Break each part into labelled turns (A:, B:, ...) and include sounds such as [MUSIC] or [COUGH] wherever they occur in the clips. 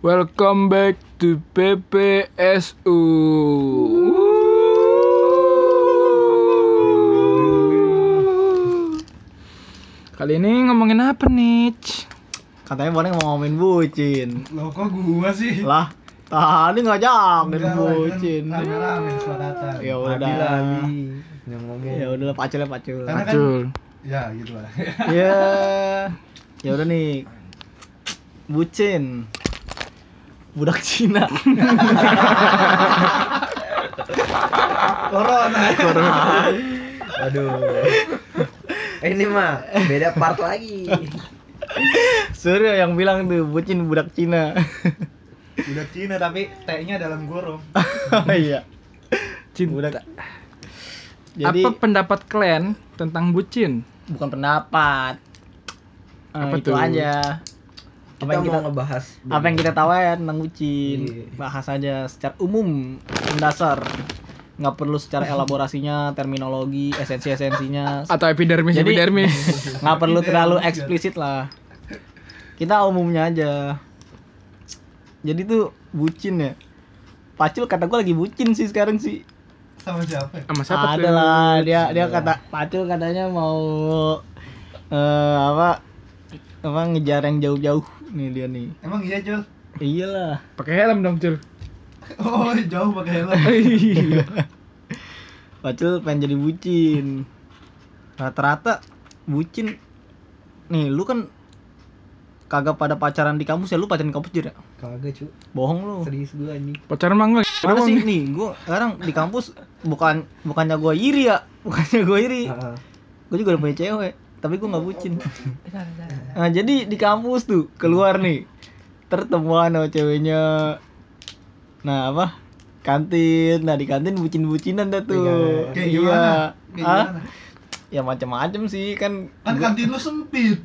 A: Welcome back to PPSU. Kali ini ngomongin apa nih?
B: Katanya Boneng mau ngomongin bucin.
C: Loh kok gua sih?
B: Lah, tadi ngajakin
C: Enggak lah,
B: bucin.
C: kan Rame-rame selamat datang.
B: Ya udah.
C: Nabila, Ali.
D: yang ngomong
B: Ya udah lah, pacul ya pacul.
C: Karena kan
A: Acul.
C: ya gitu lah. [LAUGHS]
B: Ya. Ya udah nih. Bucin. Budak Cina.
C: Corona.
D: aduh Eh, ini mah beda part lagi
B: Surya ya yang bilang tuh bucin budak
D: [LAUGHS]
B: Cina.
C: Udah Cina tapi T-nya dalam gorong.
B: Iya.
A: Cinta.
B: Budak. Jadi
A: Apa pendapat kalian tentang bucin?
B: bukan pendapat. Eh,
A: Apa
B: itu
A: tuh?
B: aja.
D: kita,
B: Apa yang kita
D: mau ngebahas
B: apa yang kita tahu ya tentang bucin
D: Iya.
B: bahas aja secara umum mendasar nggak perlu secara elaborasinya terminologi
A: [LAUGHS]
B: esensi esensinya
A: Atau epidermis
B: Jadi-
A: epidermis?
B: [LAUGHS] nggak perlu terlalu eksplisit lah kita umumnya aja jadi tuh bucin ya pacul kata gue lagi bucin sih sekarang sih
C: Sama siapa? ya?
A: Sama siapa
B: ada
A: tuh?
B: lah dia dia kata pacul katanya mau eh, apa apa ngejar yang jauh-jauh nih dia nih
C: Emang iya, Jul? [LAUGHS]
B: iyalah
A: Pakai helm dong, Cul.
C: Oh, jauh pakai helm.
B: [LAUGHS] Pacul pengen jadi bucin Rata-rata bucin Nih lu kan kagak pada pacaran di kampus ya lu pacaran di kampus juga
D: kagak cu
B: bohong lu
D: serius gua nih
A: Pacaran mah enggak.
B: mana sih nih gua sekarang di kampus bukan bukannya gua iri ya [LAUGHS] bukannya gua iri gua juga udah punya cewek tapi gua nggak bucin nah jadi di kampus tuh keluar nih tertemuan sama ceweknya nah apa kantin nah di kantin bucin-bucinan dah tuh iya.
C: Kayak gimana? Kayak
B: Ah?
C: gimana?
B: ya macam-macam sih kan
C: Kan kantin lu
B: [LAUGHS]
C: sempit.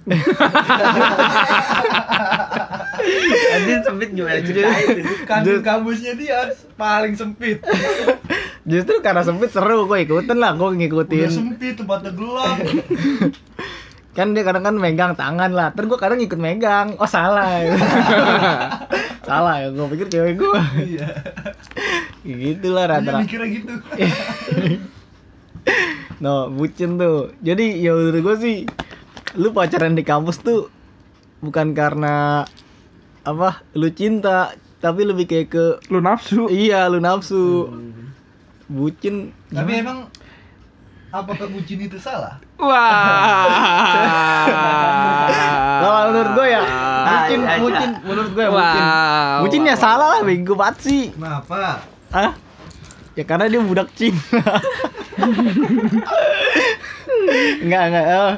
D: tadi sempit gimana ceritain
C: Kantin kampusnya dia paling sempit.
B: justru karena sempit seru gue ikutin lah gue
C: Udah
B: ngikutin
C: sempit tempatnya
B: [LAUGHS]
C: gelap.
B: kan dia kadang kan megang tangan lah terus gue kadang ikut megang oh salah
C: [LAUGHS]
B: ya. salah ya gue pikir cewek gue
C: Iya.
B: gitulah
C: Dia
B: rata
C: mikirnya gitu.
B: Eh, no bucin tuh jadi ya menurut gue sih lu pacaran di kampus tuh bukan karena apa lu cinta tapi lebih kayak ke
A: Lu nafsu.
B: iya lu nafsu bucin
C: Tapi emang apakah bucin itu salah?
A: Wah.
B: Kalau menurut gue ya, bucin,
D: iya, iya.
B: bucin, menurut gue ya
A: Wow.
B: bucin. Bucin ya
A: Ah, Wow.
B: salah lah, bego banget sih.
C: Kenapa?
B: Ah, ya karena dia budak Cina. Enggak enggak. eh.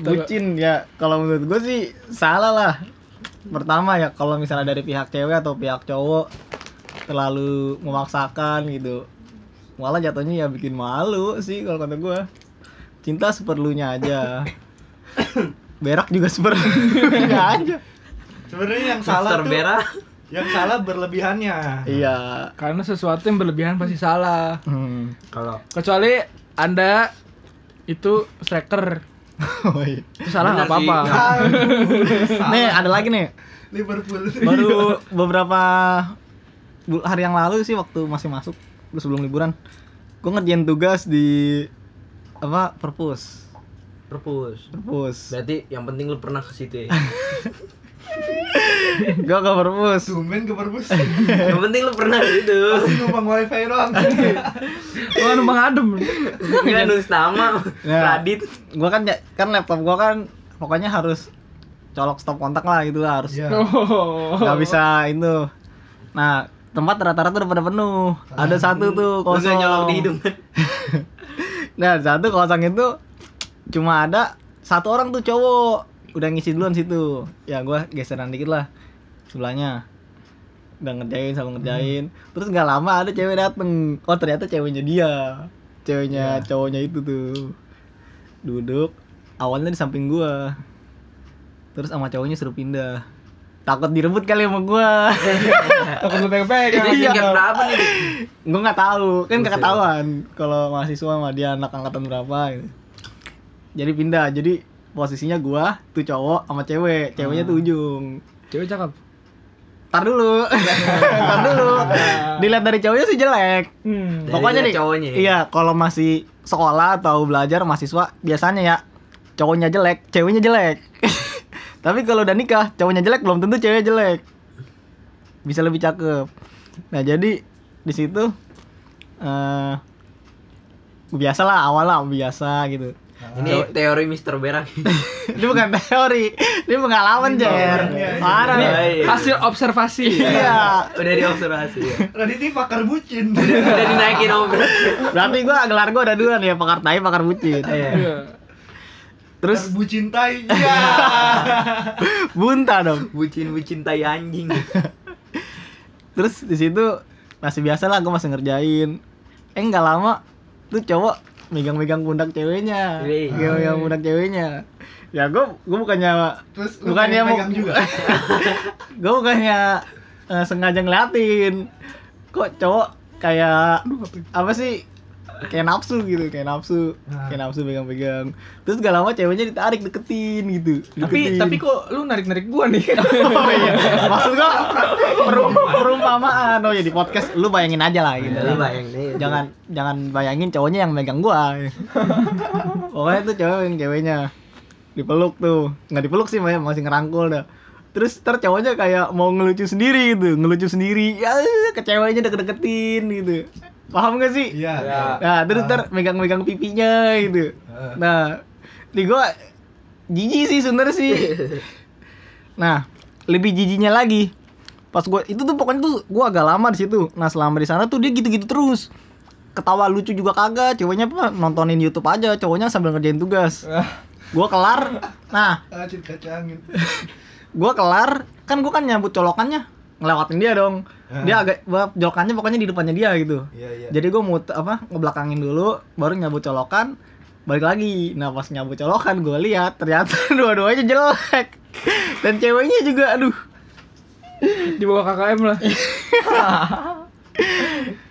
B: Bucin ya, kalau menurut gue sih salah lah. Pertama ya kalau misalnya dari pihak cewek atau pihak cowok terlalu memaksakan gitu, malah jatuhnya ya bikin malu sih kalau kata gue. Cinta seperlunya aja. Berak juga seperlunya aja.
C: Sebenarnya yang salah
D: salah
C: tuh
D: merah
C: yang salah berlebihannya.
B: Iya.
A: [LAUGHS] Karena sesuatu yang berlebihan pasti salah.
B: Hmm.
D: kalau
A: Kecuali Anda itu striker.
B: [LAUGHS] Oh, iya.
A: Itu salah nggak
D: Benar sih.
A: apa-apa.
B: Nih ada lagi nih.
C: Liverpool.
D: Iya.
B: Baru beberapa bul- hari yang lalu sih waktu masih masuk terus sebelum liburan, gue ngerjain tugas di apa perpus
D: perpus
B: perpus
D: berarti yang penting lu pernah ke situ ya
B: gue ke perpus
C: Sumen ke perpus.
D: yang penting lu pernah ke situ
C: Pasti numpang wifi doang.
A: [LAUGHS] Lu kan numpang adem.
D: nggak nulis nama
B: Nah,
D: Radit
B: gue kan ya- kan laptop gue kan pokoknya harus colok stop kontak lah gitu lah harus
C: Iya.
A: Oh.
B: nggak bisa itu nah tempat rata-rata udah pada penuh ada satu tuh
D: lu nggak
B: kosong
D: Oh, nyolok di
B: [LAUGHS]
D: hidung
B: Nah satu kosong itu cuma ada satu orang tuh cowok udah ngisi duluan situ. Ya gua geseran dikit lah sebelahnya. Udah ngerjain sama ngerjain. Terus nggak lama ada cewek dateng. Oh ternyata ceweknya dia. Ceweknya cowoknya itu tuh duduk. Awalnya di samping gua. Terus sama cowoknya suruh pindah. Takut direbut kali sama gua. Eh.
A: Takut lu pegang-pegang.
D: jadi tingkat berapa nih Dit?
B: gue nggak tahu kan nggak ketahuan kalau mahasiswa sama dia anak angkatan berapa gitu jadi pindah jadi posisinya gua tuh cowok sama cewek ceweknya tuh ujung
A: Cewek cakep.
B: Tar dulu. [LAUGHS] Tar dulu. Dilihat dari cowoknya sih jelek.
A: Hmm.
D: Dari
B: Pokoknya nih.
D: cowoknya ya?
B: Iya, kalau masih sekolah atau belajar mahasiswa biasanya ya cowoknya jelek, ceweknya jelek. [LAUGHS] Tapi kalau udah nikah, cowoknya jelek belum tentu ceweknya jelek. Bisa lebih cakep. Nah, jadi di situ eh biasa lah awal lah biasa gitu. [LAUGHS]
D: Ini teori Mister Berak.
B: Ini bukan teori, ini pengalaman, Jer.
C: pengalaman, ya.
B: Parah.
A: Ini
B: Iya. nih.
D: Baik.
A: hasil observasi.
B: Iya.
D: Udah diobservasi ya.
C: Raditya pakar
B: [LAUGHS]
C: bucin.
D: Udah dinaikin om.
B: Berarti gua gelar gua ada dua nih, pakar tai, pakar bucin.
A: Iya.
B: Terus
C: bucin tai. Iya.
B: bunta dong.
D: Bucin bucin tai anjing.
B: Terus di situ masih biasa lah gua masih ngerjain. Eh nggak lama tuh cowok megang-megang pundak ceweknya.
D: Wih.
B: Megang-megang pundak ceweknya. Ya gua gua bukannya
C: Terus lu
B: bukannya mau
C: pegang juga.
B: gua bukannya eh, sengaja ngeliatin. Kok cowok kayak apa sih? Kayak nafsu gitu, kayak nafsu,
A: Nah.
C: Ah.
B: kayak nafsu pegang-pegang. Terus gak lama ceweknya ditarik deketin gitu.
A: Tapi
B: Deketin.
A: tapi kok lu narik-narik gua nih?
B: [LAUGHS] Oh iya. Maksud gua perum- perumpamaan. Oh ya di podcast lu bayangin aja lah gitu.
D: Iya, Lu bayangin.
B: Jangan jangan bayangin cowoknya yang megang gua. Pokoknya tuh cowok yang ceweknya dipeluk tuh. Nggak dipeluk sih Maya, masih ngerangkul dah. Terus ntar cowoknya kayak mau ngelucu sendiri gitu, ngelucu sendiri. Ya kecewanya deket-deketin gitu. Paham gak sih?
C: Iya.
A: Iya.
B: Nah, terus ntar megang-megang pipinya gitu.
C: Ah.
B: Nah, di gua jijik sih sebenernya sih. Nah, lebih jijiknya lagi. Pas gua itu tuh pokoknya tuh gua agak lama di situ. Nah, selama di sana tuh dia gitu-gitu terus. Ketawa lucu juga kagak, ceweknya apa nontonin YouTube aja, cowoknya sambil ngerjain tugas. Gua kelar. Nah,
C: Acit kacangin.
B: gua kelar, kan gua kan nyambut colokannya, ngelewatin dia dong. Dia agak gua colokannya pokoknya di depannya dia gitu.
C: Iya, iya.
B: Jadi gue mut apa ngebelakangin dulu, baru nyabut colokan, balik lagi. Nah pas nyabut colokan gue lihat ternyata [LAUGHS] dua-duanya jelek dan ceweknya juga aduh.
A: Di bawah KKM lah.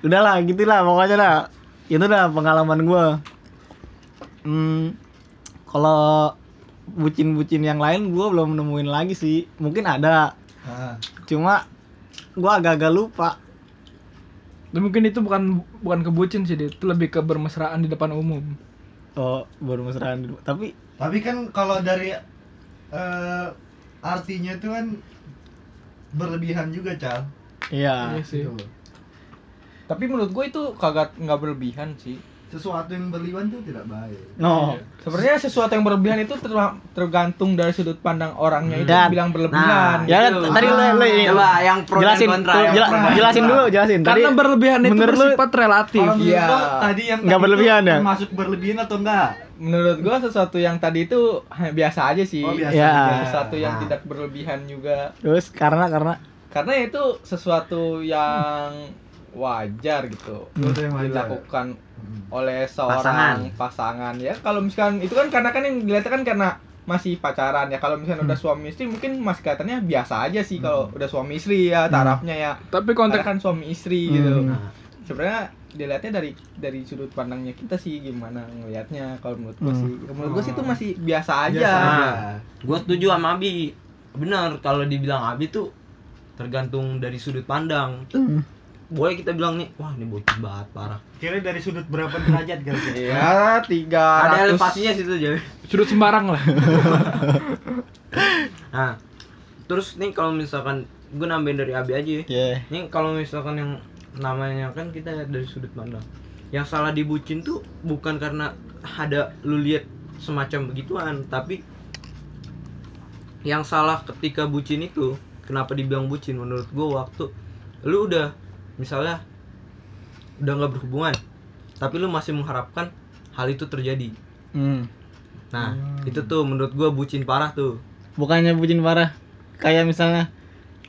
B: Udahlah gitulah pokoknya lah. Itu dah pengalaman gue. Hmm, kalau bucin-bucin yang lain gue belum nemuin lagi sih. Mungkin ada,
C: Ah.
B: cuma gue agak-agak lupa.
A: Dan mungkin itu bukan bukan kebucin sih, Dit. itu lebih ke bermesraan di depan umum.
B: Oh baru mesraan dulu. Tapi
C: Tapi kan kalau dari eh, artinya tuh kan berlebihan juga, Cal.
B: iya.
A: Iya sih.
C: Gitu loh.
E: Tapi menurut gue itu kagak nggak berlebihan sih.
C: Sesuatu yang berlebihan tuh tidak baik.
B: No.
E: Iya. Sebenarnya sesuatu yang berlebihan itu ter- tergantung dari sudut pandang orangnya itu
B: Dan-
E: yang bilang berlebihan.
B: Ya,
D: Itu.
B: tadi lu- lu-
D: Coba yang pro
B: jelasin,
D: dan kontra.
B: tuh,
D: yang
B: jela-
D: pro dan
B: jelasin
D: kontra.
B: dulu, jelasin. Tadi
A: Karena berlebihan itu
B: menurut lu-
A: bersifat relatif.
C: Kalau menurut
E: Iya.
C: lo, tadi yang
B: Nggak
C: tadi
B: berlebihan
C: tuh
B: ya?
C: Termasuk berlebihan atau enggak?
E: Menurut gue sesuatu yang tadi itu hanya biasa aja sih.
C: Oh, biasa
B: Ya.
C: aja.
E: Sesuatu yang
C: Nah.
E: tidak berlebihan juga.
B: Terus karena karena
E: Karena itu sesuatu yang wajar gitu.
C: Sesuatu yang wajar.
E: Dilakukan
C: Hmm.
E: oleh seorang pasangan. ya kalau misalkan itu kan karena kan yang dilihat kan karena masih pacaran ya kalau misalnya udah suami istri mungkin masih kelihatannya biasa aja sih kalau udah suami istri ya tarafnya ya
A: Hmm. Tapi
E: karena
A: konteks
E: kan suami istri gitu
B: Hmm.
E: sebenarnya dilihatnya dari dari sudut pandangnya kita sih gimana ngelihatnya kalau menurut gua
B: Hmm.
E: sih menurut gua sih itu masih biasa aja
C: Biasa
D: Nah, gue setuju sama Abi. Bener kalau dibilang Abi tuh tergantung dari sudut pandang. Boleh kita bilang nih, wah ini bocil banget parah.
C: Kira dari sudut berapa derajat kali
B: [LAUGHS]
C: ya?
E: ya tiga
D: Ada
E: ratus
D: elevasinya situ jadi.
A: sudut sembarang lah.
D: [LAUGHS] Nah, terus nih kalau misalkan gue nambahin dari Abi aja ya.
B: ya
D: Nih kalau misalkan yang namanya kan kita dari sudut pandang. Yang salah dibucin tuh bukan karena ada lu lihat semacam begituan, tapi yang salah ketika bucin itu kenapa dibilang bucin menurut gua waktu lu udah misalnya udah nggak berhubungan tapi lu masih mengharapkan hal itu terjadi
B: hmm.
D: nah itu tuh menurut gua bucin parah tuh
B: bukannya bucin parah kayak misalnya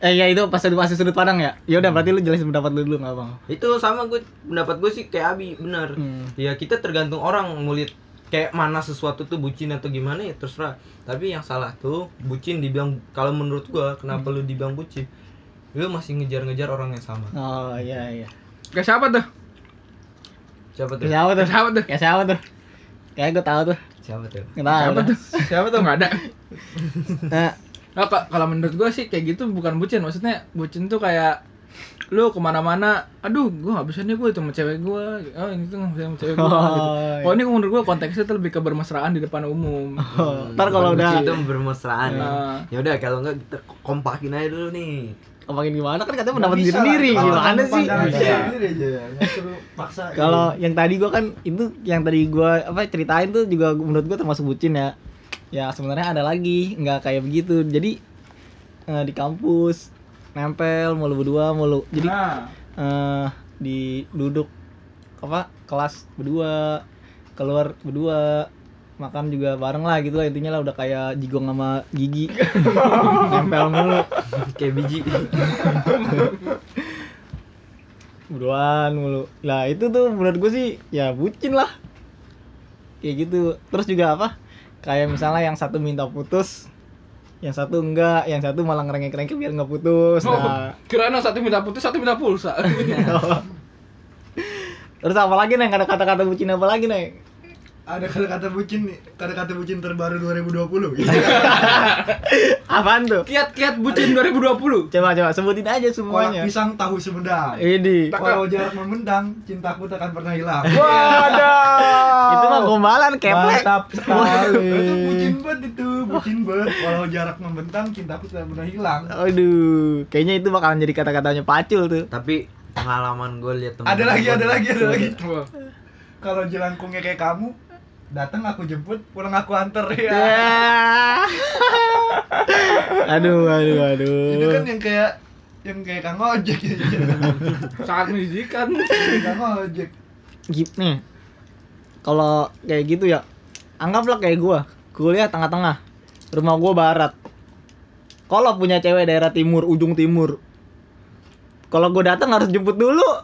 B: eh ya itu pas masih sudut pandang ya ya udah berarti lu jelasin pendapat lu dulu nggak bang
D: itu sama gue pendapat gue sih kayak Abi bener
B: Hmm.
D: ya kita tergantung orang mulit kayak mana sesuatu tuh bucin atau gimana ya terserah tapi yang salah tuh bucin dibilang kalau menurut gua kenapa lu dibilang bucin lu masih ngejar-ngejar orang yang sama
B: oh iya iya
A: Kayak siapa tuh?
D: siapa tuh
B: kayak siapa
A: Kayak siapa
B: tuh
A: tuh?
B: kayak siapa tuh kayak gue tahu tuh
D: siapa tuh
B: nggak tahu
A: Siapa
B: dah.
A: tuh? Siapa tuh? Enggak ada.
B: nah
A: Nah, ka- kalau menurut gue sih kayak gitu bukan bucin maksudnya bucin tuh kayak lu kemana-mana aduh gue nggak bisa nih gue itu sama cewek gue oh ini tuh nggak bisa sama cewek gue
E: Oh,
A: gitu.
E: iya.
A: kalau ini menurut gue konteksnya tuh lebih kebermesraan di depan umum
B: Oh, ntar kalau
D: Bukan
B: udah
D: bucin, itu bermesraan ya.
A: Nah.
D: Ya udah kalau enggak kita kompakin aja dulu nih. [LAUGHS]
B: ngomongin gimana kan katanya
C: Nggak
B: pendapat diri
C: bisa lah,
B: sendiri
C: kalau
B: gimana
C: tentang
B: sih
C: pandangan
A: Iya.
C: diri sendiri aja ya, nggak perlu paksa
B: kalau yang tadi gua kan itu yang tadi gua apa ceritain tuh juga menurut gua termasuk bucin ya ya sebenarnya ada lagi nggak kayak begitu jadi eh, di kampus nempel mulu berdua mulu jadi
A: nah,
B: eh di duduk apa kelas berdua keluar berdua makan juga bareng lah gitu lah intinya lah udah kayak jigong sama gigi nempel mulu
D: Kayak biji.
B: berduaan mulu lah itu tuh menurut gue sih ya bucin lah kayak gitu terus juga apa kayak misalnya yang satu minta putus yang satu enggak yang satu malah ngerengek-rengek biar nggak putus
E: Oh.
B: nah
A: kira Oh, satu minta putus satu minta
E: [LAUGHS]
A: pulsa
B: terus apa lagi nih ada kata-kata bucin apa lagi nih
C: ada kata-kata bucin kata-kata bucin terbaru 2020 gitu.
B: Iya. apaan tuh
A: kiat-kiat bucin 2020
B: coba coba sebutin aja
C: Kolak
B: semuanya
C: pisang tahu sumedang.
B: ini
C: Walau jarak memendang, cintaku takkan pernah hilang.
E: Wadah.
B: itu mah gombalan keplek
E: Mantap
C: Itu bucin
E: sekali.
C: banget itu, bucin banget. Walau jarak membentang, cintaku tidak pernah hilang.
B: aduh kayaknya itu bakalan jadi kata-katanya pacul tuh
D: Tapi pengalaman gue lihat temen
C: Ada lagi, ada lagi, ada lagi.
A: Wah.
C: Kalau jelangkungnya kayak kamu, datang aku jemput, pulang aku anter ya.
B: Ya. [LAUGHS] aduh aduh aduh
C: Itu
E: Eh.
C: kan yang kayak yang kayak Kang Ojek [LAUGHS] gitu.
A: sangat menjijikan
C: Kayak Kang Ojek.
B: Gip- nih kalau kayak gitu ya anggaplah kayak gua kuliah tengah-tengah rumah gua barat kalau punya cewek daerah timur ujung timur kalau gua datang harus jemput dulu [LAUGHS]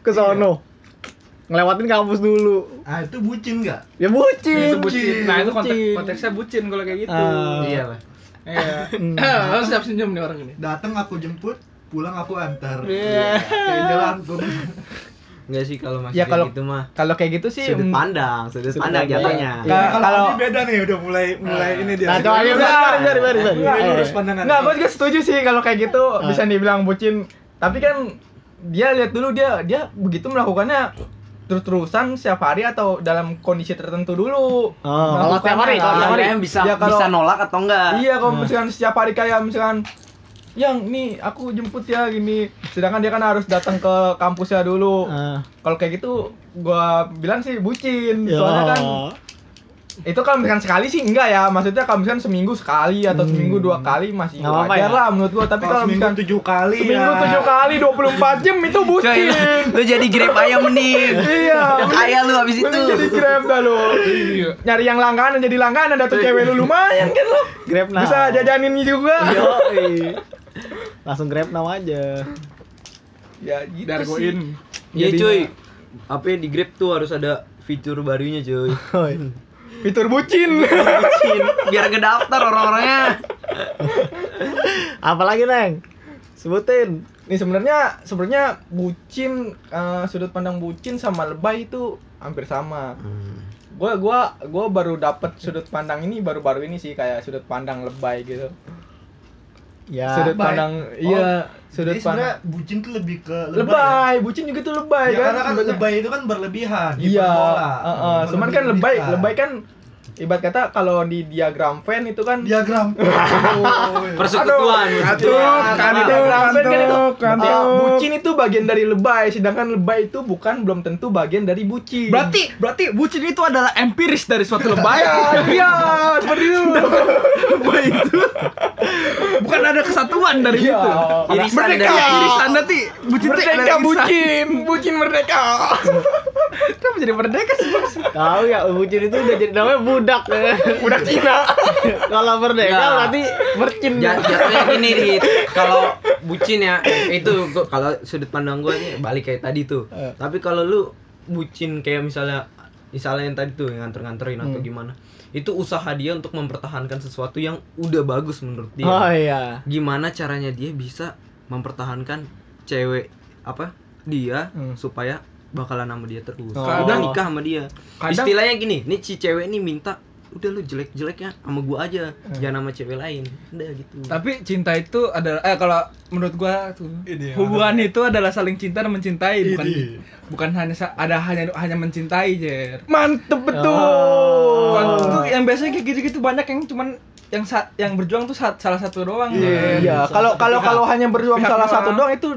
B: ke sono ngelewatin kampus dulu
C: Ah, itu bucin enggak?
B: ya
A: itu
B: bucin Oh,
A: bucin nah itu konteks,
B: bucin.
A: konteksnya bucin kalau kayak gitu
B: Ah.
D: Iya, Pak.
A: iya
E: Hmm.
A: [LAUGHS] harus siap senyum nih orang ini
C: Datang aku jemput, pulang aku anter.
B: Iya.
C: Kayak jelangkung.
D: Enggak sih kalau masih
E: Ya,
D: kayak
E: kalau-
D: gitu mah
E: Kalau kayak gitu sih
D: sudut
E: mm,
D: pandang, sudut
B: Sudut
D: pandang
B: pandang.
D: jatuhnya.
E: Iya.
C: Nah, [LAUGHS] kalau
E: Kalau- Ah.
C: ini beda nih udah mulai mulai ini dia.
B: nah coba ayo
E: Udah.
B: biar biar biar biar
C: Mulai
B: Ayo,
C: lurus
B: ayo.
C: pandangan.
E: Enggak, gue juga setuju sih kalau kayak gitu
B: Ah.
E: bisa dibilang bucin. Tapi kan dia lihat dulu dia dia begitu melakukannya terus-terusan setiap hari atau dalam kondisi tertentu dulu.
B: Oh, kalau
E: Nah,
B: setiap hari, kalau setiap hari.
E: Melakukannya.
D: yang bisa
E: Ya, kalau-
D: bisa nolak atau enggak?
E: Iya, kalau
B: Nah.
E: misalkan setiap hari kayak misalkan yang nih aku jemput ya gini. Sedangkan dia kan harus datang ke kampusnya dulu.
B: Ah.
E: Kalau kayak gitu gua bilang sih bucin.
B: Ya.
E: Soalnya kan itu kalau misalkan sekali sih enggak ya. Maksudnya kalau misalkan seminggu sekali atau
B: Hmm.
E: seminggu dua kali masih
B: Nggak apa-apa
E: wajar
B: ya? Iya.
E: lah menurut gua. Tapi kalau
B: [LAUGHS]
E: misalkan
C: tujuh kali ya.
E: Seminggu tujuh kali 24 jam itu
D: Coy,
E: bucin.
D: lu, lu jadi grab ayam [LAUGHS] nih.
B: [LAUGHS]
D: Iya,
E: iya.
D: Kaya lu habis itu.
E: Mending jadi grab dah lu.
A: iya
E: Nyari yang langganan jadi langganan ada tuh
B: Iya.
E: cewek lu lumayan kan lu.
B: grab now
E: Bisa jajanin
B: Iya.
E: juga.
B: Yoi. langsung grab now aja
E: Ya gitu sih.
A: dargoin
D: Iya,
E: Jadinya-
D: cuy. Apa ya, di grab tuh harus ada fitur barunya, cuy.
B: Hoi.
E: Fitur bucin. [LAUGHS]
D: Bucin, [LAUGHS] biar ngedaftar orang-orangnya.
B: apalagi neng sebutin
E: Nih sebenarnya sebenarnya bucin eh, sudut pandang bucin sama lebay itu hampir sama.
D: Hmm.
E: Gua gua gua baru dapet sudut pandang ini baru-baru ini sih kayak sudut pandang lebay gitu.
B: ya
E: sudut
C: Lebay.
E: pandang
C: Oh,
E: iya
C: Jadi
E: sudut
C: sebenarnya
E: pandang
C: bucin tuh lebih ke
E: lebay. bucin juga tuh lebay kan.
C: Ya, karena kan
E: sebenarnya.
C: lebay itu kan berlebihan.
E: Iya,
C: hiperbola.
E: heeh. cuman kan lebay,
C: Berlebih-lebihan.
E: lebay kan ibarat kata kalau di diagram fan itu kan [LAUGHS]
C: diagram. Oh, iya.
D: Persekutuan.
E: Aduh,
A: kantuk, kantuk,
E: Ya,
A: kantuk.
E: bucin itu bagian dari lebay, sedangkan lebay itu bukan belum tentu bagian dari bucin.
A: Berarti berarti bucin itu adalah empiris dari suatu lebay.
E: bayar, iya, seperti
A: [LAUGHS]
E: itu.
A: Lebay itu bukan ada kesatuan dari
E: Iya.
A: itu.
D: Irisan
A: merdeka.
D: dari-
A: Irisan nanti bucin tuh
E: Merdeka
A: irisan.
E: bucin, bucin
A: [LAUGHS]
E: merdeka. Kenapa jadi merdeka sih? Bos?
B: tahu ya bucin itu udah jadi namanya budak
E: [LAUGHS] Budak Cina.
B: [LAUGHS]
E: Ya,
B: kalau merdeka
D: Ya.
B: berarti mercin
D: Ja- jatuhnya gini di kalau bucin [LAUGHS] ya itu gua- kalau sudut pandang gue nih balik kayak tadi tuh
B: Eh.
D: tapi kalau lu bucin kayak misalnya misalnya yang tadi tuh yang nganter-nganterin atau gimana itu usaha dia untuk mempertahankan sesuatu yang udah bagus menurut dia
B: oh iya
D: gimana caranya dia bisa mempertahankan cewek apa dia
B: Hmm.
D: supaya bakalan sama dia terus
B: Oh.
D: udah nikah sama dia
E: Kadang-
D: istilahnya gini nih si cewek ini minta udah lu jelek-jeleknya sama gua aja, jangan sama cewek lain. Udah gitu.
E: Hmm.
A: Tapi cinta itu adalah eh kalau menurut gua tuh
C: Ini yang
A: hubungan itu adalah saling cinta dan mencintai bukan
C: Ini.
A: bukan hanya sa- ada hanya hanya mencintai jer.
E: Mantep
B: Oh.
E: betul.
A: Kalau itu yang biasanya kayak gitu-gitu banyak yang cuman yang sa- yang berjuang tuh sa- salah satu doang. Jer.
E: Iya, kalau kalau kalau hanya berjuang
A: Pihak
E: salah
A: orang.
E: satu doang itu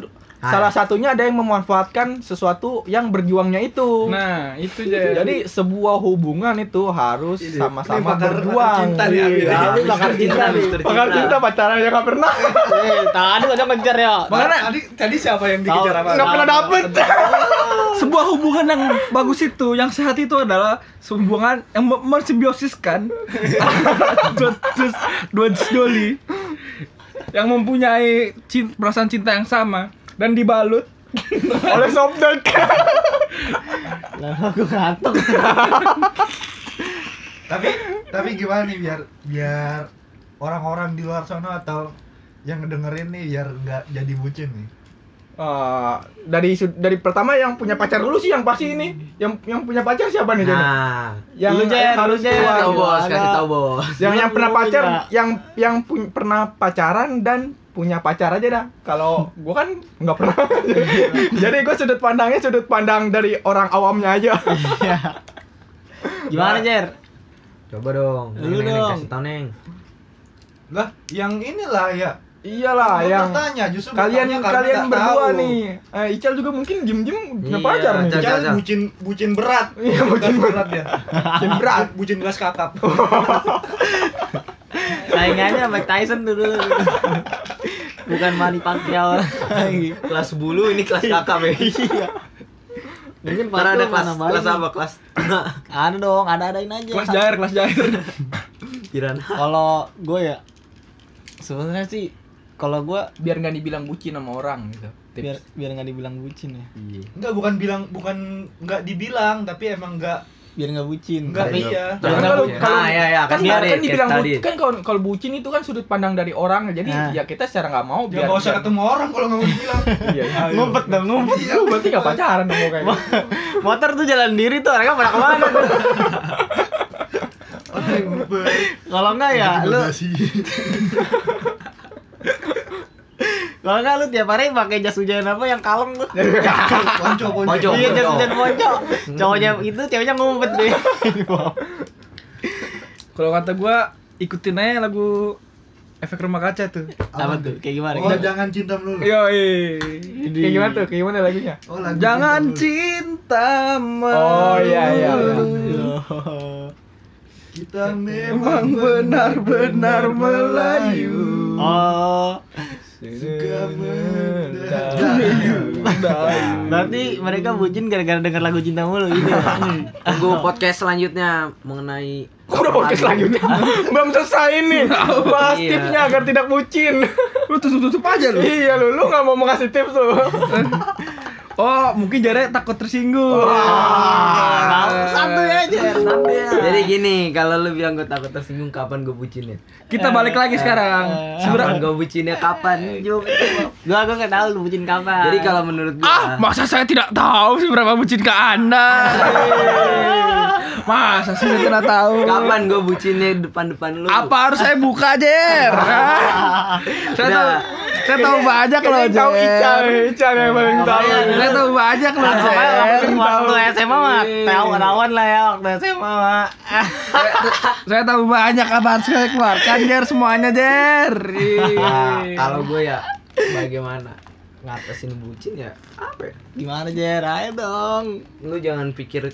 B: Ah,
E: salah satunya ada yang memanfaatkan sesuatu yang berjuangnya itu.
A: Nah, itu jer.
E: Jadi sebuah hubungan itu harus
C: Ini, ini
E: sama-sama
C: pakar- pakar
E: berjuang.
C: cinta nih, Abi.
E: Iya.
C: Abi
D: pakar cinta nih.
E: Pakar cinta
A: ya,
E: pacarannya nggak pernah.
B: Eh, tadi aja ngejar ya.
A: Makanya
C: tadi tadi siapa yang dikejar
B: Tahu.
C: apa?
E: Nggak pernah dapet.
A: [LAUGHS] sebuah hubungan yang bagus itu, yang sehat itu adalah sebuah hubungan yang me-
E: [LAUGHS]
A: mensimbiosiskan dua jus- dua jus doli yang mempunyai cin- perasaan cinta yang sama dan dibalut
E: [LAUGHS] Oleh sobdek.
B: Lah, gua ngantuk.
C: tapi tapi gimana nih biar biar orang-orang di luar sana atau yang ngedengerin nih biar nggak jadi bucin nih
E: Eh,
A: Ah,
E: dari sud- dari pertama yang punya pacar dulu sih yang pasti ini. Yang yang punya pacar siapa nih? Jono?
D: Nah,
E: yang
B: Lu, Jen,
E: harus
B: lu, Jen.
E: keluar.
D: kasih tau bos,
B: Gimana?
D: kasih tau bos.
E: yang yang
B: Lu
E: pernah
B: punya.
E: pacar yang yang pu- pernah pacaran dan punya pacar aja dah kalau gua kan nggak pernah jadi gua sudut pandangnya sudut pandang dari orang awamnya aja
B: Iya. Gimana, Jer?
D: Coba dong.
B: Lu
D: Neng, neng,
B: dong.
D: kasih tau neng.
C: lah yang inilah ya
E: iyalah Ah,
C: Lu
E: yang
C: bertanya justru
E: kalian
C: bertanya karena
E: kalian
C: nggak
E: berdua
C: tahu.
E: nih eh, Ical juga mungkin jem jem punya
D: Iya,
E: pacar nih
D: Ical.
C: Jangan
D: Caca.
C: bucin bucin berat
E: Iya, bucin
C: berat
E: [LAUGHS]
C: ya
E: Jem berat
C: bucin gelas
E: [LAUGHS]
C: kakap
B: Saingannya Mike Tyson dulu. Bukan Manny Pacquiao.
D: Kelas bulu ini kelas kakak ya. Iya.
B: Mungkin
D: Ntar ada
B: Pacquiao
D: kelas
B: mana
D: kelas
B: main.
D: apa? Kelas tengah.
B: Ada dong, ada-adain aja.
A: kelas jair kelas jair
D: Piranha.
B: Kalau gue ya sebenarnya sih kalau gue
E: [LAUGHS] biar nggak dibilang bucin sama orang gitu
B: biar biar nggak dibilang bucin ya.
C: enggak bukan bilang bukan nggak dibilang tapi emang nggak
B: Biar nggak bucin.
C: nggak
D: Tapi-
C: iya
E: Ya,
D: Jangan
E: kalau
D: bucin.
E: kalau
D: Ah, iya, iya,
E: kan,
D: case
E: kan
D: study,
E: dibilang
D: case
E: bucin
D: study.
E: kan kalau kalau bucin itu kan sudut pandang dari orang jadi
B: Nah.
E: ya kita secara nggak mau
C: ya
E: biar
C: nggak usah ketemu orang kalau nggak mau bilang [LAUGHS]
E: Iya, iya.
C: Ayo.
B: Ngumpet dong, ngumpet.
C: Iya,
E: Lu berarti nggak pacaran dong kayak gitu.
B: [LAUGHS] Motor tuh jalan diri tuh, mereka pada kemana? tuh?
C: Oke, ngumpet.
B: kalau nggak ya lu kalau nggak lu tiap hari pakai jas hujan apa yang kaleng tuh.
C: ponco ponco
D: Ponco.
B: Iya jas hujan pojok. Cowoknya itu ceweknya ngumpet deh.
A: kalau kata gua ikutin aja lagu efek rumah kaca tuh
B: Apa tuh? Kayak gimana?
C: oh jangan cinta melulu
A: yo
E: Kayak gimana tuh? Kayak gimana lagunya?
C: oh, lagu
A: jangan
C: cinta
A: cinta
C: melulu.
E: Oh, iya, iya, iya.
C: kita
A: memang
C: memang
A: benar-benar melayu
B: Oh,
C: Suka
B: berarti mereka bucin gara-gara denger lagu cinta mulu gitu. [LAUGHS] ya?
D: Tunggu podcast selanjutnya mengenai
E: Kok udah podcast selanjutnya? Belum selesai ini. Bahas
D: Iya.
E: tipsnya agar tidak bucin.
A: lu tutup-tutup aja lu
E: iya lu, lu nggak mau ngasih tips lu.
A: oh mungkin jarak takut tersinggung
B: Nah, Tahu satu aja, satu ya.
D: Jadi gini, kalau lu bilang gue takut tersinggung kapan gue bucinnya?
A: kita balik lagi sekarang
D: Kapan gue bucinnya kapan? Jawab itu, Bang.
B: Gua gua nggak tahu lu bucin kapan.
D: Jadi kalau menurut gue
E: Iya.
A: ah masa saya tidak tahu sih berapa bucin ke
E: [LAUGHS]
A: anda masa sih saya tidak tahu
D: kapan gue bucinnya depan-depan lu?
A: apa harus saya buka jer
E: [LAUGHS]
A: saya tahu
E: Nah.
A: saya tahu banyak loh
E: Kayaknya tahu Ical,
A: jer
E: Ical yang paling tahu.
B: ya?
A: saya tahu banyak loh
B: Makanya
A: jer
B: waktu- waktu SMA mah tahu-tahuan lah ya waktu SMA mah. Ah,
A: saya tahu banyak apa harus saya keluarkan jer semuanya jer
E: Iya.
A: Iya.
D: Nah, kalau gue ya bagaimana ngatasin bucin ya apa? ya?
B: Gimana Jer? Ayo dong.
D: Lu jangan pikir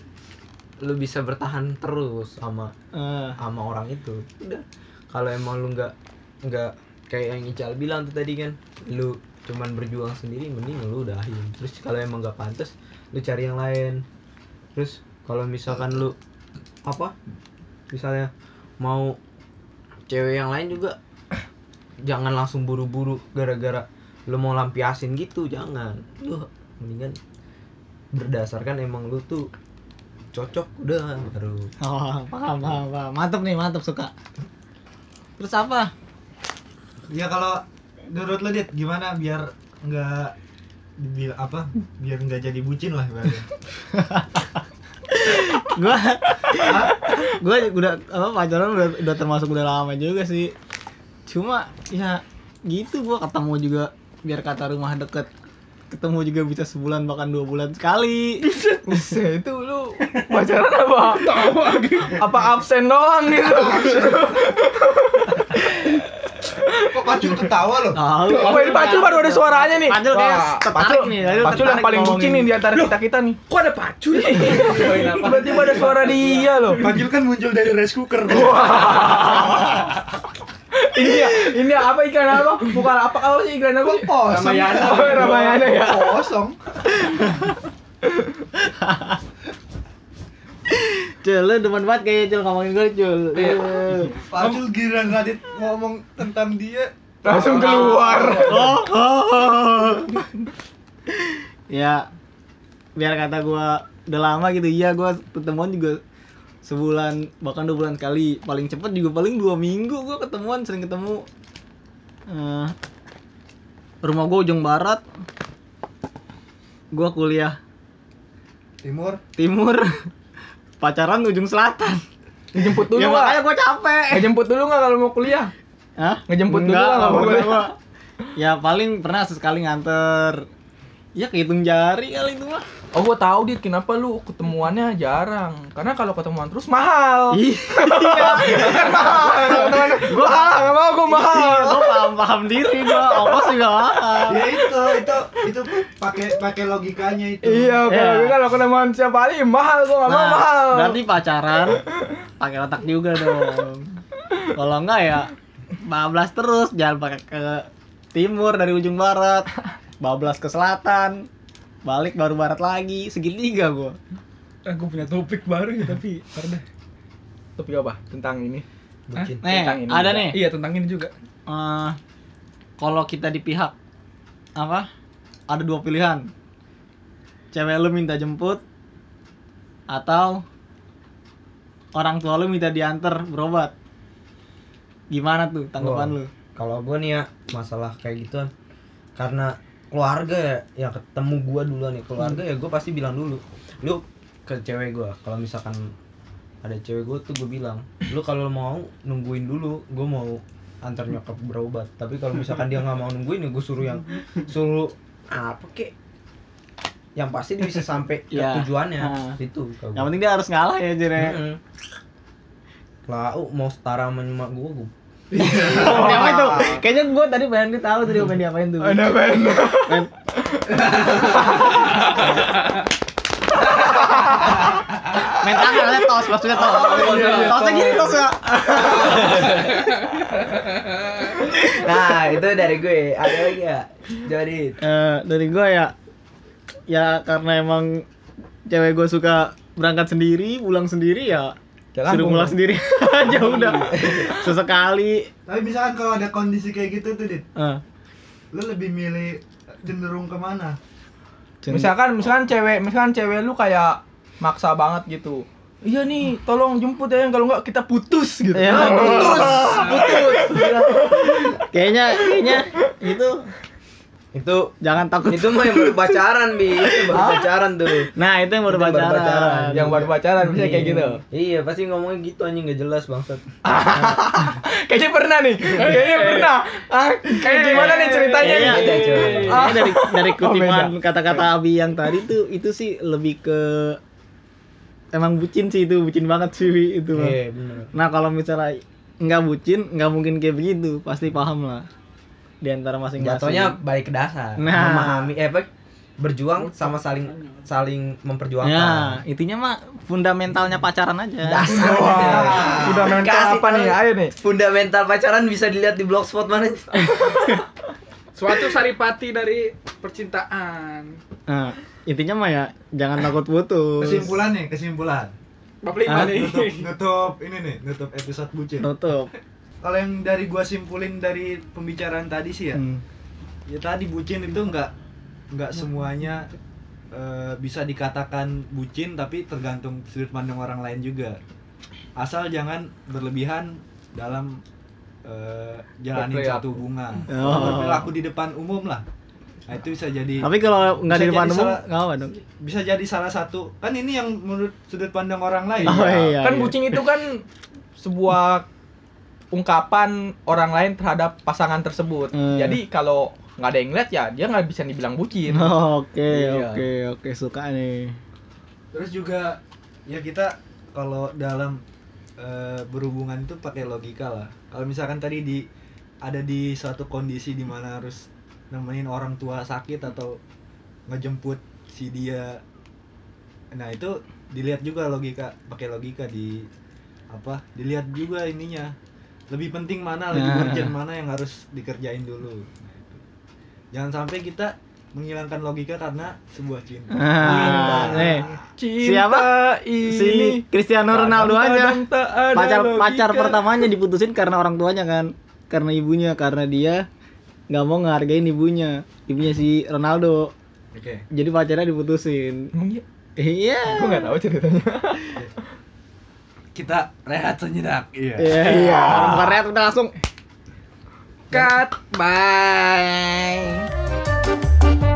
D: lu bisa bertahan terus sama
B: Eh,
D: sama orang itu. Udah. Kalau emang lu nggak nggak kayak yang Ical bilang tuh tadi kan, lu cuman berjuang sendiri mending lu udahin. Terus kalau emang nggak pantas, lu cari yang lain. Terus kalau misalkan lu apa? Misalnya mau cewek yang lain juga jangan langsung buru-buru gara-gara lu mau lampiasin gitu, jangan. Lu mendingan berdasarkan emang lu tuh cocok udah baru
B: Oh, paham, paham, paham. Mantap nih, mantap suka. Terus apa?
C: Ya kalau menurut lo Dit, gimana biar nggak [LAUGHS] dibil apa biar nggak jadi bucin lah ibaratnya.
B: gua gua udah apa pacaran udah udah termasuk udah lama juga sih cuma ya gitu gua ketemu juga biar kata rumah deket ketemu juga bisa sebulan bahkan dua bulan sekali
E: Buset, itu lu pacaran apa? Tahu lagi. Apa absen doang gitu?
C: Kok pacu ketawa lo?
B: tahu
E: Apa ini Pacu baru ada suaranya nih?
B: Pacul kayak tertarik
E: Pacul
B: nih, Pacul
E: yang
B: tertarik
E: paling bucin nih
B: ngomongin.
E: di antara kita kita nih. Iya.
A: Kok ada pacu nih?
E: Tiba-tiba ada suara dia
B: Oh.
E: loh.
C: Pacul kan muncul dari rice cooker.
E: Ini ya, ini apa iklan apa? Bukan apa apa sih iklan apa?
C: Kok
E: sih?
C: kosong?
D: Ramayana.
E: Oh, Ramayana
C: Iya.
E: ya.
C: Kosong.
B: Cul, lu demen banget kayaknya Cul ngomongin gue Cul
D: Eh,
B: Iya.
C: Pacul giliran Radit ngomong tentang dia.
E: Langsung keluar.
B: oh, oh, oh. [LAUGHS] ya biar kata gua udah lama gitu iya gua ketemuan juga sebulan bahkan dua bulan kali paling cepet juga paling dua minggu gua ketemuan sering ketemu Eh, rumah gua ujung barat gua kuliah
C: Timur.
B: timur [LAUGHS] pacaran ujung selatan
E: Ngejemput dulu
B: ya makanya
E: nggak?
B: gua capek
E: Ngejemput dulu nggak kalau mau kuliah?
B: Hah?
E: Ngejemput dulu
B: Enggak,
E: lah, nggak
B: nggak boleh.
E: boleh.
B: Ya paling pernah sesekali nganter. Ya kehitung jari kali itu mah.
E: Oh gua tahu dit kenapa lu ketemuannya jarang. Karena kalau ketemuan terus mahal.
B: Iya,
E: Mahal, gua mahal, nggak mau gua mahal.
B: Gua paham-paham diri gua, ongkos juga mahal.
C: Ya itu, itu, itu pakai pakai logikanya itu.
E: Iya, kalau
B: Iya.
E: gue kalau ketemuan siapa kali mahal gua nggak mau mahal.
B: Nah, berarti pacaran pakai otak juga dong. Kalau enggak ya bablas terus, jangan pakai ke timur dari ujung barat, bablas ke selatan, balik baru barat lagi, segitiga gua.
E: Eh,
A: Aku punya topik baru ya tapi ntar deh.
E: Tapi apa? Tentang ini.
C: Bucin.
B: Nih,
E: Tentang ini
B: ada
E: juga.
B: nih.
A: Iya tentang ini juga.
B: eh kalau kita di pihak apa ada dua pilihan cewek lu minta jemput atau orang tua lu minta diantar berobat gimana tuh tanggapan
D: Wah.
B: lu
D: kalau gue nih ya masalah kayak gituan karena keluarga ya yang ketemu gue duluan ya keluarga
B: Hmm.
D: ya gue pasti bilang dulu lu ke cewek gue kalau misalkan ada cewek gue tuh gue bilang lu kalau mau nungguin dulu gue mau antar nyokap berobat tapi kalau misalkan dia nggak mau nungguin ya gue suruh yang suruh apa kek yang pasti dia bisa sampai
B: [LAUGHS]
D: ke
B: Ya.
D: tujuannya
B: Ah.
D: itu kalau
B: yang
D: gua.
B: penting dia harus ngalah ya
D: [LAUGHS]
B: jere
D: Mm-mm. Lau mau setara sama emak gue gue
B: apa itu kayaknya gue tadi pengen dia tahu tadi gua pengen diapain
C: [LAUGHS]
B: tuh
E: Ada Ben.
B: main tangan lihat tos maksudnya tos tosnya gini tos ya
D: nah itu dari gue ada lagi ya jadi
B: Eh, dari gua ya ya karena emang cewek gue suka berangkat sendiri pulang sendiri ya
E: Jalan
B: suruh
E: dong.
B: pulang sendiri [LAUGHS] aja udah sesekali
C: Tapi misalkan kalau ada kondisi kayak gitu tuh, Dit,
B: Eh,
C: lu lebih milih cenderung kemana?
B: cen-
E: Misalkan misalkan cewek, misalkan cewek lu kayak maksa banget gitu. Iya nih, tolong jemput ya kalau nggak kita putus gitu.
B: Ya, putus, putus. Gila. kayaknya kayaknya itu
D: itu
B: jangan takut
D: itu mah yang baru pacaran bi itu baru pacaran tuh
B: nah itu yang baru
D: Itu yang baru
B: pacaran
D: pacaran.
E: Yang baru pacaran bisa kayak gitu.
D: iya pasti ngomongnya gitu anjing nggak jelas bangsat
E: [LAUGHS] Kayaknya pernah nih. Kayaknya
A: Eh.
E: pernah. Ah, kayak gimana nih ceritanya
B: Kayaknya-
E: nih? iya. Ah.
B: kayaknya dari dari kutipan
E: Oh,
B: kata-kata Abi yang tadi tuh itu sih lebih ke emang bucin sih itu bucin banget sih Wi, itu Bang.
D: iya bener
B: Nah kalau misalnya nggak bucin, nggak mungkin kayak begitu, pasti paham lah di antara masing-masing.
D: jatuhnya balik ke dasar
B: Nah.
D: memahami eh apa, berjuang sama saling saling memperjuangkan
B: Ya, intinya mah fundamentalnya pacaran aja.
D: dasar
E: Wah, udah mental
D: Kasih
E: apa nih?
D: tahu.
E: Ayo nih.
D: fundamental pacaran bisa dilihat di blogspot mana
A: Suatu saripati dari percintaan.
B: Nah, intinya mah ya jangan takut putus.
C: Kesimpulannya, kesimpulan.
A: Bab lima
B: Ah,
A: nih.
E: [LAUGHS]
C: Nutup, nutup ini nih, nutup episode bucin.
B: Tutup.
C: Kalau yang dari gua simpulin dari pembicaraan tadi sih ya,
B: Hmm.
C: ya tadi bucin itu nggak nggak semuanya eh, bisa dikatakan bucin tapi tergantung sudut pandang orang lain juga asal jangan berlebihan dalam eh, jalanin
E: Berperilaku.
C: satu hubungan
B: Oh.
C: berlaku di depan umum lah Nah, itu bisa jadi
B: Tapi kalau nggak di
C: Bisa
B: depan
C: jadi
B: umum,
C: salah-
B: nggak apa dong.
C: bisa jadi salah satu. Kan ini yang menurut sudut pandang orang lain.
B: Oh, iya,
E: kan
B: iya.
E: bucin itu kan sebuah ungkapan orang lain terhadap pasangan tersebut.
B: Hmm.
E: Jadi kalau nggak ada yang lihat ya dia nggak bisa dibilang bucin.
B: Oh, [LAUGHS] Oke,
E: Iya.
B: oke, oke, suka nih.
C: Terus juga ya kita kalau dalam eh, berhubungan itu pakai logika lah. Kalau misalkan tadi di ada di suatu kondisi di mana harus nemenin orang tua sakit atau ngejemput si dia. Nah, itu dilihat juga logika, pakai logika di apa? Dilihat juga ininya. Lebih penting mana, lebih
B: Nah.
C: urgent mana yang harus dikerjain dulu. Nah, itu. Jangan sampai kita menghilangkan logika karena sebuah cinta.
B: Ah,
C: Cinta.
B: nih.
E: Cinta
B: Siapa?
E: ini
B: Si Cristiano Ronaldo aja.
E: kadang-kadang tak ada
B: pacar
E: logika.
B: pacar pertamanya diputusin karena orang tuanya kan karena ibunya karena dia nggak mau ngehargain ibunya ibunya si Ronaldo
C: Oke.
B: jadi pacarnya diputusin
E: Emang iya? Gue
B: iya
E: nggak tahu ceritanya.
C: kita rehat sejenak. Iya.
B: iya iya bukan rehat udah Kan langsung
A: Cut. Bye.